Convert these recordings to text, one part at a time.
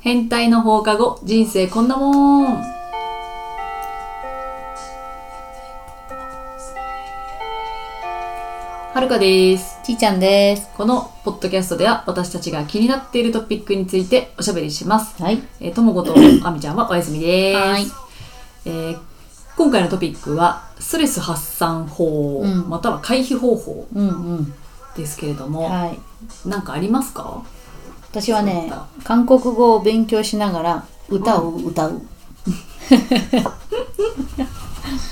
変態の放課後人生こんなもんはるかですちーちゃんです。このポッドキャストでは私たちが気になっているトピックについておしゃべりしますはい。えーともことあみちゃんはお休みですはいえー今回のトピックはストレス発散法、うんまたは回避方法うんうん。ですけれども、はい。なんかありますか私はねそうだ、韓国語を勉強しながら歌を歌う。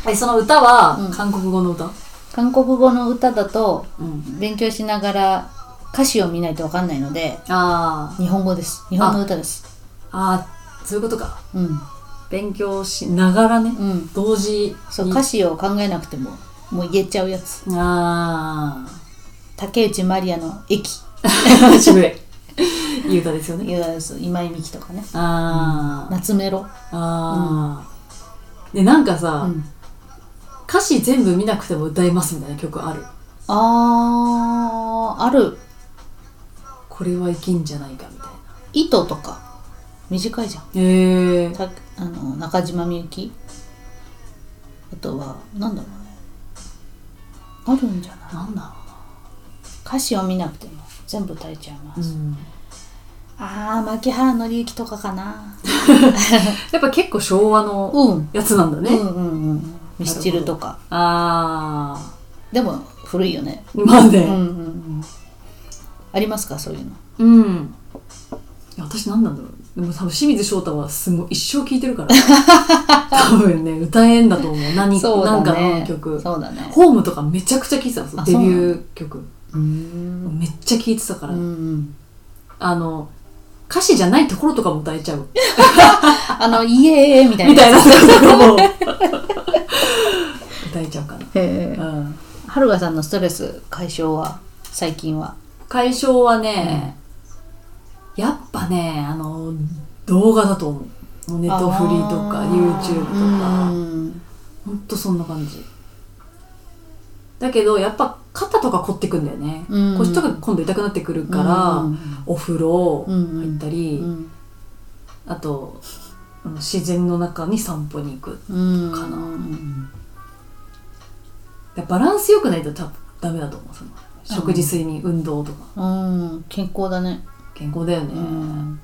えその歌は、うん韓国語の歌韓国語の歌だとうん勉強しながら歌詞を見ないとわかんないので、あー日本語です。日本の歌です。あーそういうことかうん。勉強しながらね、うん。同時にそう、歌詞を考えなくても、もう言えちゃうやつ。あ竹内まりやの駅。あ渋 いいい歌ですよねいわゆるそう今井美樹とかね。あー、夏メロ。あー、でなんかさ、うん。歌詞全部見なくても歌えますみたいな曲あるあー、ある。これはいけんじゃないかみたいな糸とか。短いじゃん。へえたあの中島みゆきあとはなんだろうねあるんじゃないなんだろ歌詞を見なくても全部歌えちゃいまうな、す、ああ牧原紀之とかかなやっぱ結構昭和のうんやつなんだね、うんうんうんミスチルとかあでも古いよねーまあうんうんねうんありますかそういうのうん、いや私何なんだろうでも多分清水翔太はすごい一生聴いてる から多分ね歌えんだと思う何そうだなんねかの曲そうだねホームとかめちゃくちゃ聴いてたんですよあデそうビなのュー曲うーんめっちゃ聴いてたかうら、んうんあの歌詞じゃないところとかも歌えちゃうあの「イエーイ!」みたいみなたいなとこ ろも歌えちゃうかへえな、うん、はるかさんのストレス解消は最近は解消はね、やっぱねあの動画だと思うもうネットフリーとかあ YouTube とか、うんほんとそんな感じだけどやっぱ肩とか凝ってくんだよね、うん腰とか今度痛くなってくるから、お風呂入ったり、うんあとあの自然の中に散歩に行くうんかなうんだからバランスよくないと多分ダメだと思うその食事睡眠運動とかうん健康だね、健康だよね、うん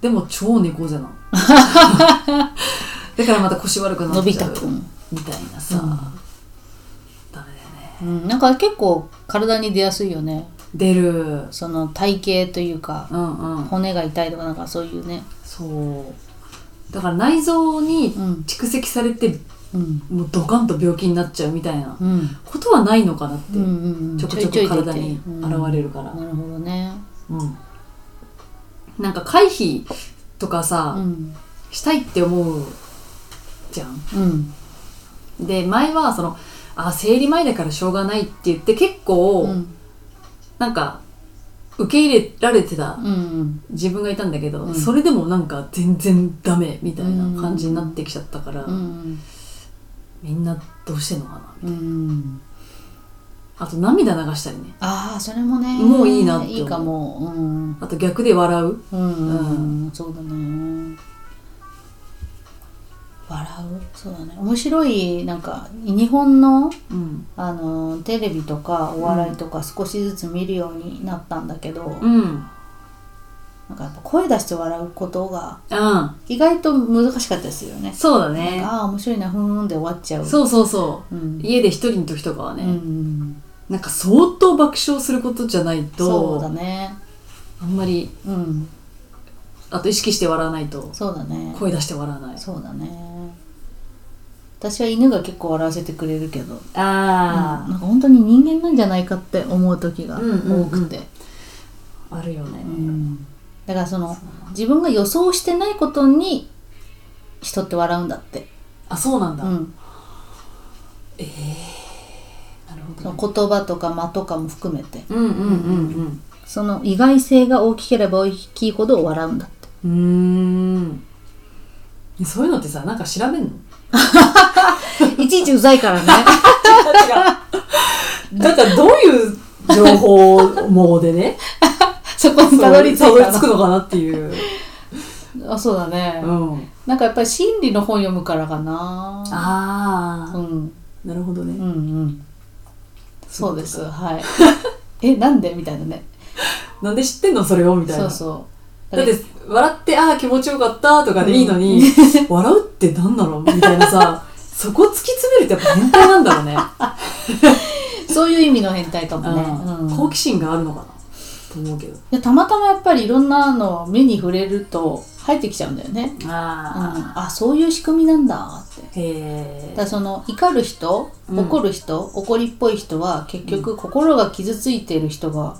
でも超猫背な のだからまた腰悪くなのっびちゃう太くん、みたいなさ、うんダメだよねうん、なんか結構体に出やすいよね出るうんその体型というかうん骨が痛いとかなんかそういうねそうだから内臓にうん蓄積されてうんもうドカンと病気になっちゃうみたいなうんことはないのかなって、うんうんうんちょこちょこ体に現れるるからなるほどねうん、なんか回避とかうさ、んしたいって思うじゃんうんで前はそのあ生理前だからしょうがないって言って結構、うんなんか受け入れられてたうん自分がいたんだけど、うんそれでもなんか全然ダメみたいな感じになってきちゃったから、うんみんなどうしてんのかなうんあと涙流したりねああそれもねもういいなって思ういいかもうんあと逆で笑ううん、そうだね笑うそうだね面白いなんか日本のうんあのテレビとかお笑いとか少しずつ見るようになったんだけど、うんなんかやっぱ声出して笑うことがあ意外と難しかったですよね。そうだねああ面白いなふーんで終わっちゃう。う、そうそうそんう家で一人の時とかはうね、ん、なんか相当爆笑することじゃないそうだと、ね。あんまりうん、あと意識して笑わないとそうだね。声出して笑わないそうだね。私は犬が結構笑わせてくれるけど、あなんか本当に人間なんじゃないかって思う時が多くて、あ、あるよね、うんだからその自分が予想してないことに人って笑うんだって、あそうなんだ、うん、なるほど、その言葉とか間とかも含めてうんうんうんその意外性が大きければ大きいほど笑うんだって うんうーんそういうのってさなんか調べんのいちいちうざいからね なんかどういう情報網でね そこにたどり着いたどりた着のくのかなっていうあそうだね、うんなんかやっぱり心理の本読むからかなあうあ、んなるほどうんうねんそうです はいえなんでみたいなねなんで知ってんのそれをみたいそなうそうだって笑ってああ気持ちよかったとかでいいのに、 笑うってなんだろうみたいな さそこ突き詰めるってやっぱ変態なんだろうね、そういう意味の変態かもね、うんうん好奇心があるのかなと思うけどでたまたまやっぱりいろんなのを目に触れると入ってきちゃうんだよね、うん、ああそういう仕組みなんだってあ、へだかえらその怒る人うん怒る人、怒りっぽい人は結局心が傷ついてる人が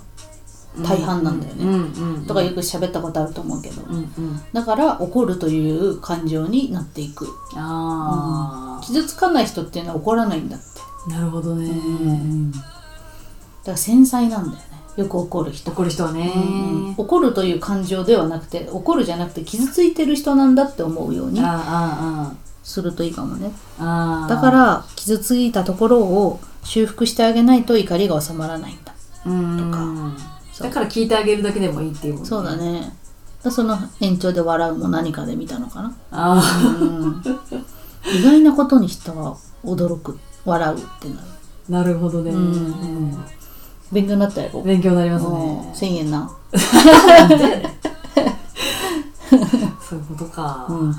大半なんだよねうんうんうんとかよく喋ったことあると思うけど、うんうんだから怒るという感情になっていくあ傷つかない人っていうのは怒らないんだって、あ、なるほどね、だから繊細なんだよねよく怒る人、怒る人はね、うん怒るという感情ではなくて怒るじゃなくて傷ついてる人なんだって思うようにあするといいかもねあああああだから傷ついたところを修復してあげないと怒りが収まらないんだらうんそうだから聞いてあげるだけでもいいっていうもんそうだねだからその延長で笑うも何かで見たのかなあうん意外なことに人は驚く笑うってなるあ なるほどね、うん勉強になったやろ、勉強になりうますん、ね1000円な、 そういうことか、うん、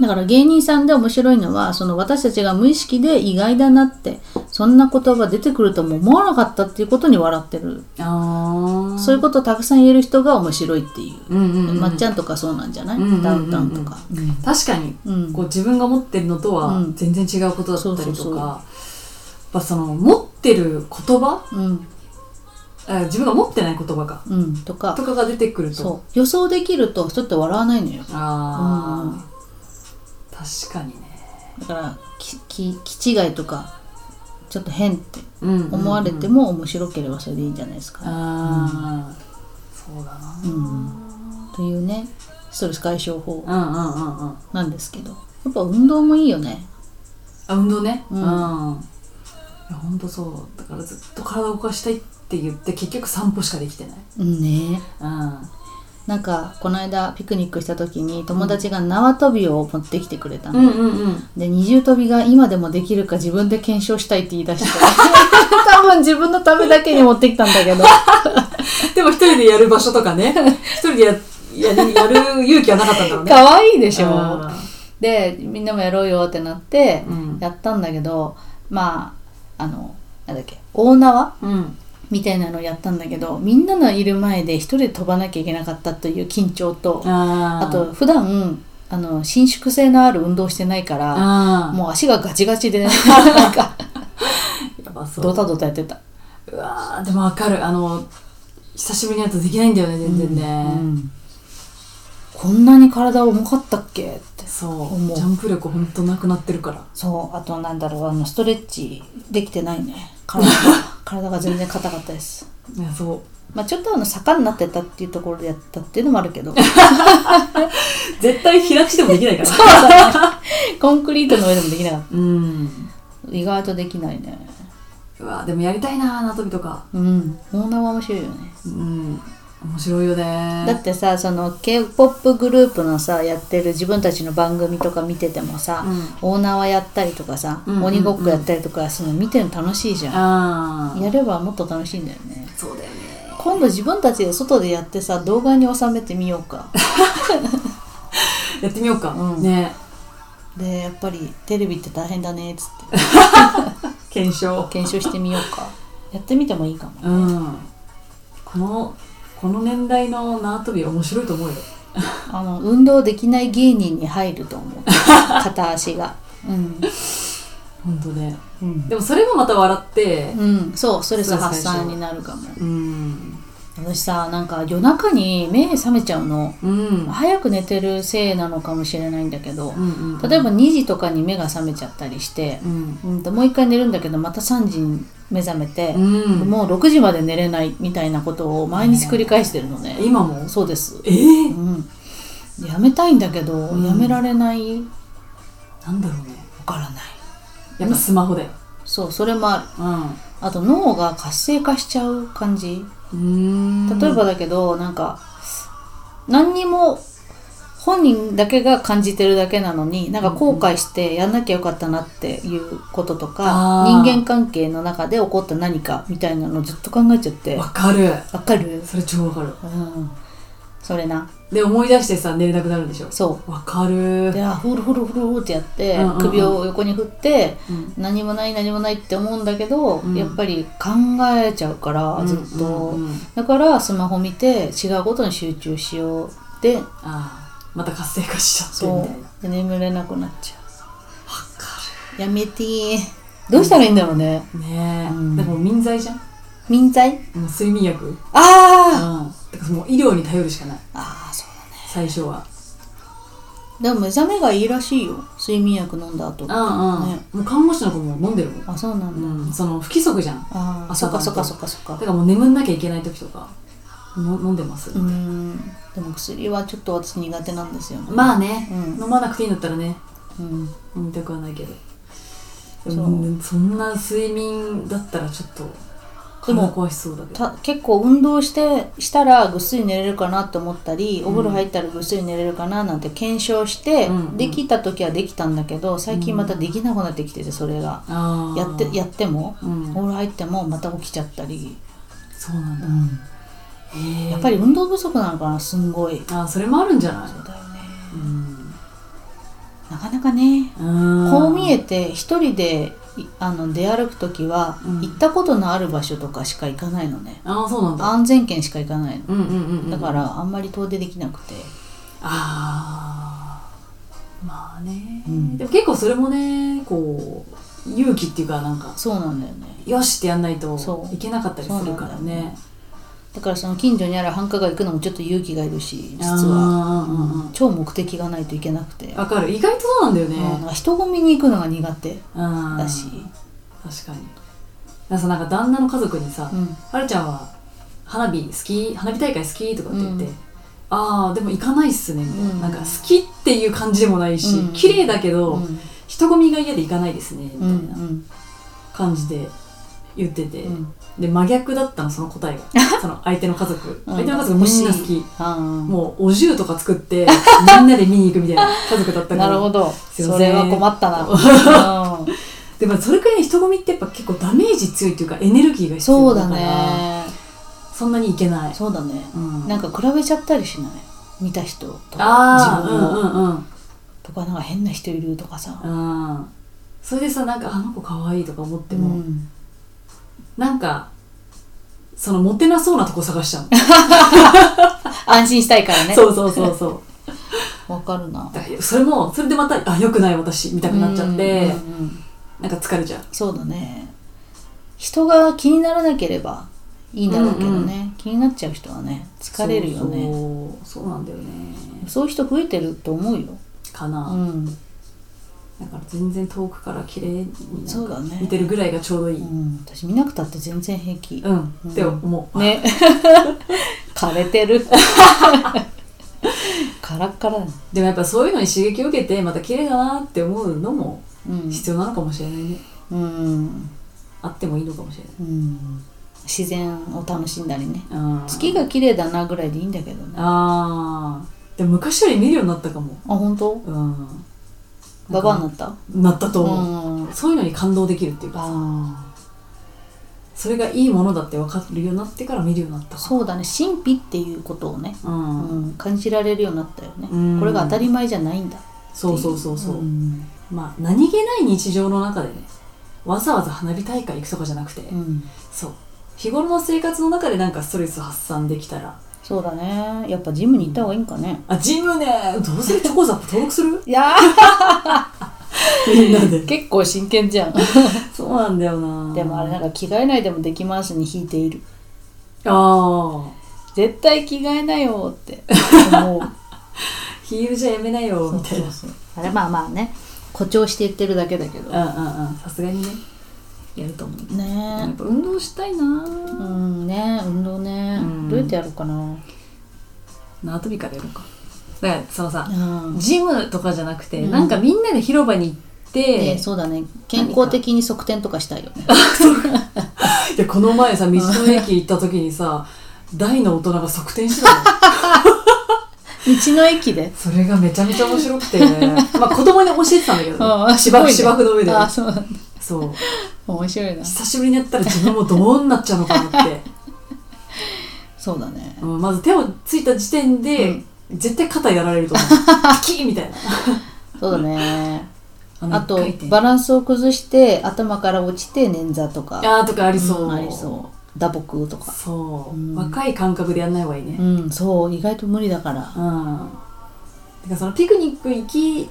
だから芸人さんで面白いのはその私たちが無意識で意外だなってそんな言葉出てくるとも思わなかったっていうことに笑ってる、ああそういうことたくさん言える人が面白いっていう、うんうん、うん、まっちゃんとかそうなんじゃない、うんうんうんうんダウンタウンとか、うん確かにうんこう自分が持ってるのとはうん全然違うことだったそうりそうそとうかやっぱその持ってる言葉うんあ自分が持ってない言葉かうんとかとかが出てくるとそう予想できるとちょっと笑わないのよああ、確かにね、だからきき気違いとかちょっと変ってうんうんうん思われても面白ければそれでいいんじゃないですか、ああ、そうだなうんというねストレス解消法うんうんうんうんなんですけどやっぱ運動もいいよねあ運動ねううんん、いやほんとそうだからずっと体を動かしたいって言って結局散歩しかできてないうんねうんなんかこの間ピクニックした時に友達が縄跳びを持ってきてくれたの、うんうんうん で二重跳びが今でもできるか自分で検証したいって言い出 して多分自分のためだけに持ってきたんだ けどでも一人でやる場所とかね一人でややりやる勇気はなかったんだろうね可愛いでしょあでみんなもやろうよってなってーうんやったんだけどまああのなんだっけ大縄 うんみたいなのをやったんだけどみんなのいる前で一人で飛ばなきゃいけなかったという緊張とああーと普段あの伸縮性のある運動してないからあもう足がガチガ チでなんかうやばそうドタドタやってたうわーでもわかるあの久しぶりにやるとできないんだよね全然ね、うんこんなに体重かったっけってそ思ううジャンプ力ほんとなくなってるからそうあとなんだろうあのストレッチできてないね 体が体が全然硬かったですいやそうまあちょっとあの坂になってたっていうところでやったっていうのもあるけ ど絶対開くしてもできないからコンクリートの上でもできなかっうんた意外とできないねうわでもやりたいな縄跳びとかうんオーナーは面白いよねうん面白いよねだってさその k p o p グループのさやってる自分たちの番組とか見ててもさ、オーナーはやったりとかさ、うんうんうん鬼ごっこやったりとかその見てるの楽しいじゃん、ああやればもっと楽しいんだよねそうだよね今度自分たちで外でやってさ動画に収めてみようかやってみようか、うんねでやっぱりテレビって大変だねっつって検証検証してみようかやってみてもいいかもうんこのこの年代の縄跳び面白いと思うよあの運動できない芸人に入ると 思う片足がうんほんとねうん、でもそれもまた笑ってうん、そうストレス発散になるかもうん私さなんか夜中に目覚めちゃうのうん早く寝てるせいなのかもしれないんだけどうんうん例えば2時とかに目が覚めちゃったりして、うんうんと、もう一回寝るんだけどまた3時に目覚めてう、んもう6時まで寝れないみたいなことを毎日繰り返してるのね、今もそうです、えーうん、やめたいんだけど、んやめられないわなんだろうねからないやっぱスマホだよそうそれもあるうあと脳が活性化しちゃう感じんうーん例えばだけど、なんか何にも本人だけが感じてるだけなのになんか後悔してやんなきゃよかったなっていうこととか、あー人間関係の中で起こった何かみたいなのずっと考えちゃってわかるわかるそれ超わかるうんそれなで思い出してさ寝れなくなるんでしょそわかるうであふるふるふるってやって、うんうんうん首を横に振ってうん何もない何もないって思うんだけど、うんやっぱり考えちゃうからずっと、うんうんうんだからスマホ見て違うことに集中しようでああまた活性化しちゃってみたそいなわうで眠れなくなっちゃかうやめてーどうしたらいいんだろうねるねえ、うんだからもう民剤じゃん民剤もう睡眠薬うんあーだからもう医療に頼るしかないあーそうだね最初はでも目覚めがいいらしいよ睡眠薬飲んだ後うんうん、ねもう看護師の子も飲んでるもん、あそうなんだ、うん、その不規則じゃんああそ朝っ晩とかそっかそっかそっだかからもう眠んなきゃいけない時とかの飲んでます、うーんでも薬はちょっと私苦手なんですよねまあね、うん飲まなくていいんだったらねうん飲みたくはないけどでそうもそんな睡眠だったらちょっと体でも壊しそうだけどた結構運動してしたらぐっすり寝れるかなと思ったりお風呂入ったらぐっすり寝れるかななんて検証して、うんうんできた時はできたんだけど最近またできなくなってきててそれが、ああやってやっても、うんお風呂入ってもまた起きちゃったり、そうなんだやっぱりり運動不足なのかなすんごいあーそれもあるんじゃないそうだよねうんなかなかねここう見えて一人でいあの出歩く時は、うん行ったことのある場所とかしか行かないのねああそうなんだ安全圏しか行かないのうんうんうんうんだからあんまり遠出できなくて、ああまあね、うんでも結構それもねこう勇気っていうかなんかそうなんだよねよしってやんないとそういけなかったりするからそうなんだねよねだからその近所にある繁華街行くのもちょっと勇気がいるし実は、はうんうんうん超目的がないといけなくて、わかる意外とそうなんだよねうんなんか人混みに行くのが苦手うんだし、確かになんかさなんか旦那の家族にさ、うんはるちゃんは花火好き花火大会好きとかって言って、うんああでも行かないっすねみたいな,、うんなんか好きっていう感じでもないし、うん綺麗だけど、うん人混みが嫌で行かないですねみうたんいな感じで言ってて、うんで真逆だったのその答えが その相手の家族、相手の家族うんみんな好き、あーもうお重とか作っ てみんなで見に行くみたいな家族だったからなるほどすいませんそれは困っ たな、うんでもそれくらい人混みってやっぱ結構ダメージ強いっていうかエネルギーが必そう要だだからねそんなにいけないそうだねうんなんか比べちゃったりしない見た人とかあ自あ分の、うとかなんか変な人いるとかさ、んうんうんうんそれでさなんかあの子可愛いとか思っても、うんなんかそのモテなそうなとこ探しちゃうの安心したいからねそうそうそうそうわかるなだからそれもそれでまたあ良くない私みたいになっちゃって、うんうんうんなんか疲れちゃうそうだね人が気にならなければいいんだろうけどね、気になっちゃう人はね疲れるよねそうそうそうなんだよねそういう人増えてると思うよ、かな、うんだから全然遠くから綺麗になそんうかだね見てるぐらいがちょうどいい、うん、私見なくたって全然平気う、ん、って思う、ね 枯れ てるカラッカラだね、でもやっぱそういうのに刺激を受けてまた綺麗だなって思うのもうん必要なのかもしれないね、うんあってもいいのかもしれないうん、自然を楽しんだりねあー月が綺麗だなぐらいでいいんだけどねああーでも昔より見るようになったかも本当うんババアになったなったと思う、うんあそういうのに感動できるっていうかあそれがいいものだって分かるようになってから見るようになったかそうだね神秘っていうことをね、う、んうん、感じられるようになったよね、うんこれが当たり前じゃないんだそうそうそうそう、んまあ何気ない日常の中でねわざわざ花火大会行くとかじゃなくて、うんそう日頃の生活の中でなんかストレス発散できたらそうだねやっぱジムに行った方がいいんかねあジムねど うするチョコザップ登録するいやみんなで結構真剣じゃんそうなんだよなでもあれなんか着替えないでもできますに引いているあ絶対着替えなよって思うあヒールじゃやめなよ みたいなあれまあまあね誇張して言ってるだけだけどうんうんうんさすがにねやると思うやっねぱ運動したいなえうぁんね運動ね、うんどうやってやろうかな縄跳びからやろうかだからそのさうんジムとかじゃなくて、うんなんかみんなで広場に行って、ねそうだね健康的に側転とかしたいよねいやこの前さ道の駅行った時にさ大の大人が側転してたのの駅で。それがめちゃめちゃ面白くて、まあ子供に教えてたんだけどあね、あ芝生すごい芝ね生の上で。あ、そうなんだ。そう。面白いな。久しぶりにやったら自分もどうなっちゃうのかなって。そうだね。うん、まず手をついた時点で、絶対肩やられると思う。 ピキーみたいな。そうだね。のあと一回転バランスを崩して頭から落ちて捻挫とかあーとかありそう。うんありそう打撲とかそう、うん若い感覚でやんない方がいいね。うんそう意外と無理だからうん。てかそのピクニック行き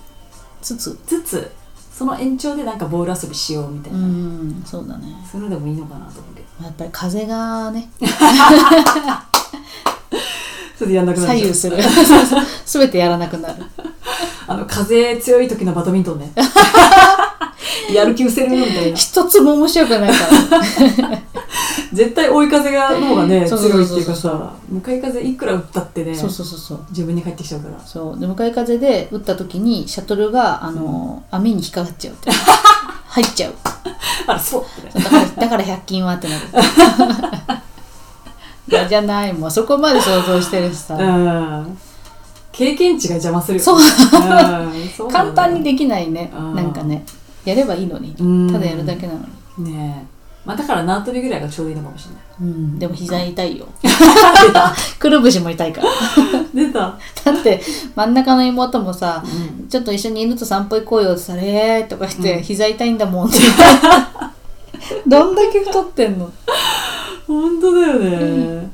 つつつつ、その延長でなんかボール遊びしようみたいうな。んそうだねそういうのでもいいのかなと思うけど。やっぱり風がねそれでやんなくなっちゃう左 右するすべてやらなくなるあの風強い時のバドミントン ねやる気失せるみたいな一つも面白くないから絶対追い風がの方がねそう強そうそういっていそううかさ向かい風いくら打ったってねそうそうそうそう自分に返ってきちゃうからそうで向かい風で打った時にシャトルがあの、網に引っかかっちゃう って入っちゃうあらそうってねだからだから100均はってなるいやじゃないもうそこまで想像してるしさ、うん経験値が邪魔するよそううんそう簡単にでできないねうんなんかねやればいいのにうんただやるだけなのに、ねえまあだから縄跳びぐらいがちょうどいいのかもしれないうん、でも膝痛いよ 出たくるぶしも痛いから 出た、だって真ん中の妹もさうんちょっと一緒に犬と散歩行こうよってさ「えー」とか言って「膝痛いんだもん」っ て言ってどんだけ太ってんの本当だよね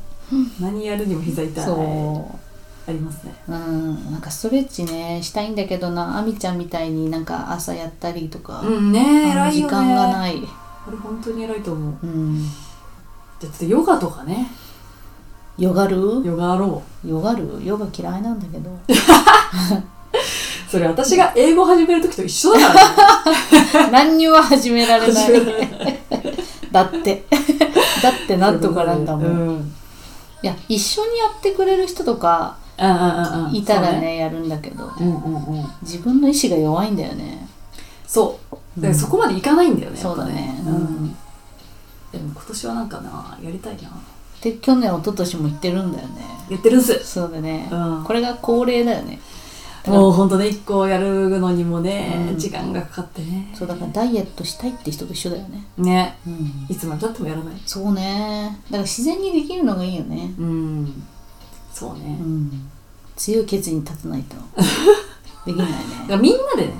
何やるにも膝痛いそありますねううんなんかストレッチねしたいんだけどなあみちゃんみたいになんか朝やったりとか、うんねえあの偉い時よね間がない、これ本当に偉いと思ううんじゃあちょっとヨガとかねよがるヨガろよがるヨガ嫌いなんだけど うそれ私が英語始める時と一緒だから何にも始めらね れな始めらいれないだって だって なんとかなんだもん、いうんうんや一緒にやってくれる人とかうんうんいたらそうねやるんだけどうんうんうん自分の意志が弱いんだよねそうだからそこまでいかないんだよね、そうだねやっぱううんでも今年はなんかなやりたいなで去年一昨年も行ってるんだよねやってるんすそうだね、うんこれが恒例だよねだからもうほんとね一個やるのにもね、うん時間がかかってねそうだからダイエットしたいって人と一緒だよねねうんいつまでたってもやらないそうねだから自然にできるのがいいよねうんそうね、うだん強い決意に立たない とできないかねらみんなでね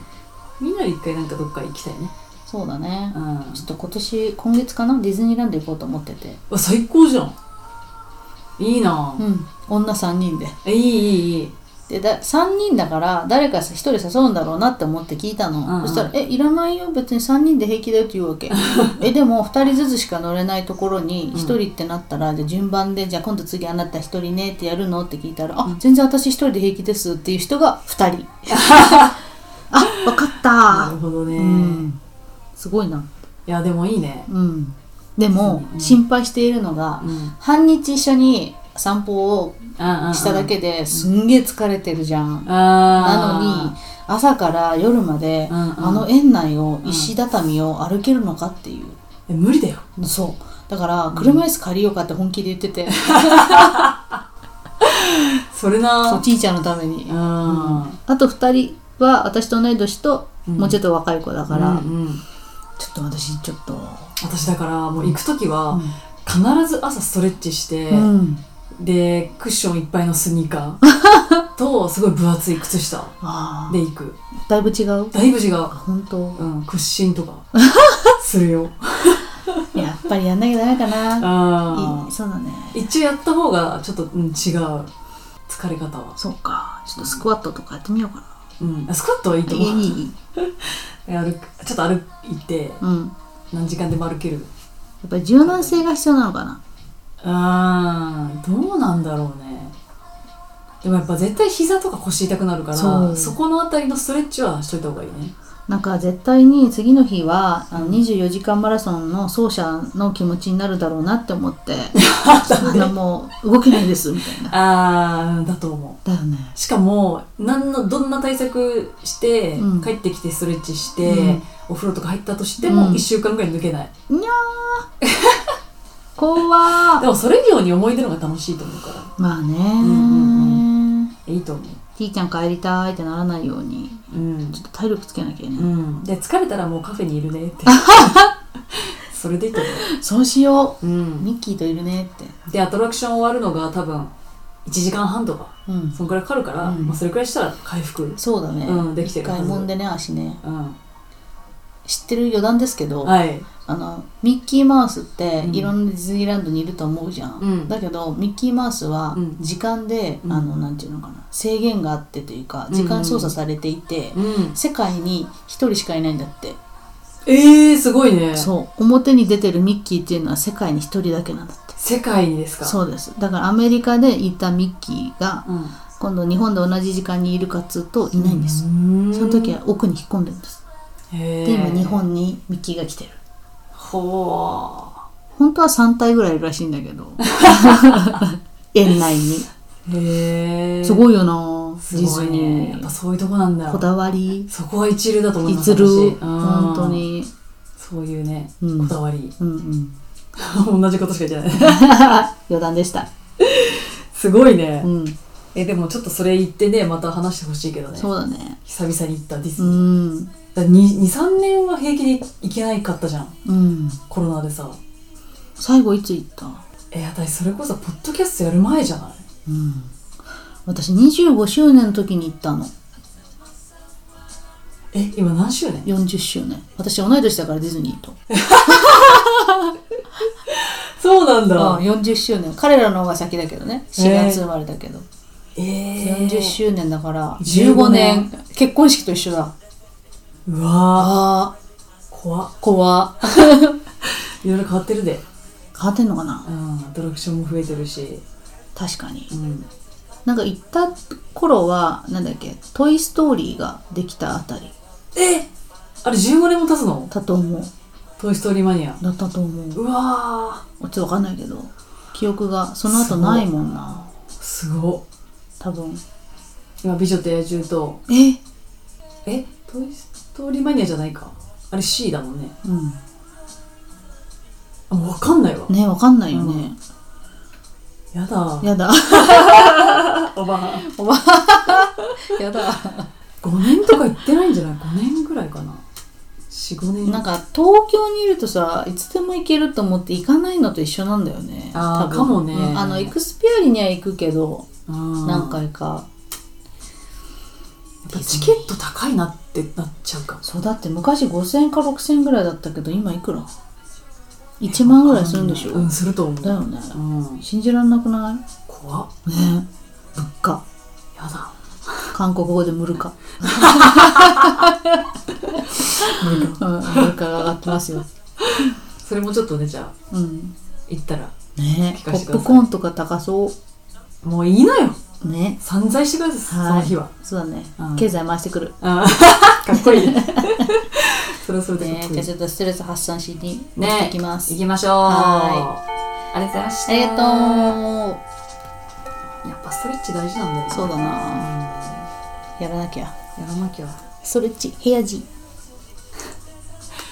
みんなで一回なんかどっか行きたいねそうだねう、んちょっと今年今月かなディズニーランド行こうと思っててうわ最高じゃんいいな、うん女3人でいいいいいいでだ3人だから誰か1人誘うんだろうなって思って聞いたの、うんうんそしたら「えいらないよ別に3人で平気だよ」って言うわ けえでも2人ずつしか乗れないところに1人ってなったら、じゃあ順番で「じゃあ今度次あなた1人ね」ってやるのって聞いたら「あ全然私1人で平気です」っていう人が2人 あ分かったなるほどね、うんすごいな。いやでもいいねうん。でも、うん心配しているのが、うん半日一緒に散歩をああしただけですんげえ疲れてるじゃん。なあのに、朝から夜まで、うんうんあの園内を、石畳を歩けるのかっていう。え無理だよそう。だから、車椅子借りようかって本気で言ってて、それそう、なちいちゃんのために。ああと二人は、私と同い年と、もうちょっと若い子だあから、うんうん、ちょっと私、ちょっと、私だからもう行く時はん必ず朝ストレッチして、うん。でクッションいっぱいのスニーカー とすごい分厚い靴下あで行くあ、だいぶ違うだいぶ違う、あ本当。うん、屈伸と かするよやっぱりやんなきゃダメかな。あいいあそうだね。一応やった方がちょっと、うん、違う疲れ方は、そうか。ちょっとスクワットとかやってみようかな。うん、スクワットはいいといい思ういいいい。歩くちょっと歩いてうん。や何時間でも歩けるっぱり柔軟性が必要なのかな。あーどうなんだろうねでもやっぱ絶対膝とか腰痛くなるからそそうこのあたりのストレッチはしといた方がいいねなんか絶対に次の日はあの24時間マラソンの走者の気持ちになるだろうなって思って、あのもう動けないですみたいな。あーだと思だよね。うしかも何のどんな対策して、うん帰ってきてストレッチして、うんお風呂とか入ったとしてもうん1週間ぐらい抜けない、にゃー。怖ー。でもそれ以上に思い出の方が楽しいと思うからまあねんうー。いいと思う T ちゃん帰りたいってならないようにうんちょっと体力つけなきゃね、うんで疲れたらもうカフェにいるねって それでいいと思そうしよう、う、うんミッキーといるねってでアトラクション終わるのが多分1時間半とかうんそんくらいかかるから、うんまあ、それくらいしたら回復うん、そうだね、うんできてる一回もんでね足ねは知ってる余談ですけど、いあのミッキーマウスってうんいろんなディズニーランドにいると思うじゃん、うんだけどミッキーマウスはうん時間で、うんあのなんていうのかな制限があってというかうん時間操作されていて、うん世界に一人しかいないんだって、えー、すごいねそう表に出てるミッキーっていうのは世界に一人だけなんだって世界にですかう、そうですだからアメリカでいたミッキーがうん、今度日本で同じ時間にいるかっつうといないんです、うんその時は奥に引っ込んでるんです、へーで今日本にミッキーが来てるほ本当は3体ぐらいいるらしいんだけ ど園内にうへえすごいよなすごいねやっぱそういうとこなんだこよだわりそこは一流だと思います一流私うん本当にそういうねうんこだわり うんうん同じことしか言ってない 余談でしたすごいねうんえでもちょっとそれ言ってねまた話してほしいけどねそうだね久々に行ったディズうニーんだ23年は平気で行けないかったじゃんうんコロナでさ最後いつ行ったえ私それこそポッドキャストやる前じゃないうん私25周年の時に行ったのえ今何周年40周年私同い年だからディズニーとそうなんあだ40周年彼らの方が先だけどね4月生まれだけど、えー、 40周年だから15 15年年結婚式と一緒だうわあーー怖っ怖いろいろ変わってるで変わってんのかなうんアトラクションも増えてるし確かにうんなんか行った頃はなんだっけ「トイ・ストーリー」ができたあたりえあれ15年も経つのだと思う「トイ・ストーリー・マニアだったと思う」ちょうわっとわかんないけど記憶がその後ないもんなーすごっ多分今「美女と野獣」とえ「えトイ・ストーリー・マニア」じゃないかあれ C だもんねうんあもう分かんないわねわかんないよね、やだや だおばはおばやだ5年とか行ってないんじゃない5年ぐらいかな45年なんか東京にいるとさいつでも行けると思って行かないのと一緒なんだよねあー多分かもねうんあのエクスピアリには行くけどな何回かチケット高いなってなっちゃうかもそうだって昔5000円か6000円ぐらいだったけど今いくら ?1 万ぐらいするんでしょうんすると思うだよねうん信じらんなくない怖っね物価やだ韓国語でムルカ、なんかうん、ムルカが上がってますよ、 それもちょっとねじゃあうん、行ったらね聞かせてくポッださいプコーンとか高そもういいのようね散財してくださいその日はそうだね、うん経済回してくるあ かっこいいね それはそれでかねっこいじゃあいちょっとストレス発散しにね行ってきます、行きましょうはありがとうございましたありがとやっぱストレッチ大事なんだようそうだうんなやらなきゃやらなきゃストレッチヘアジ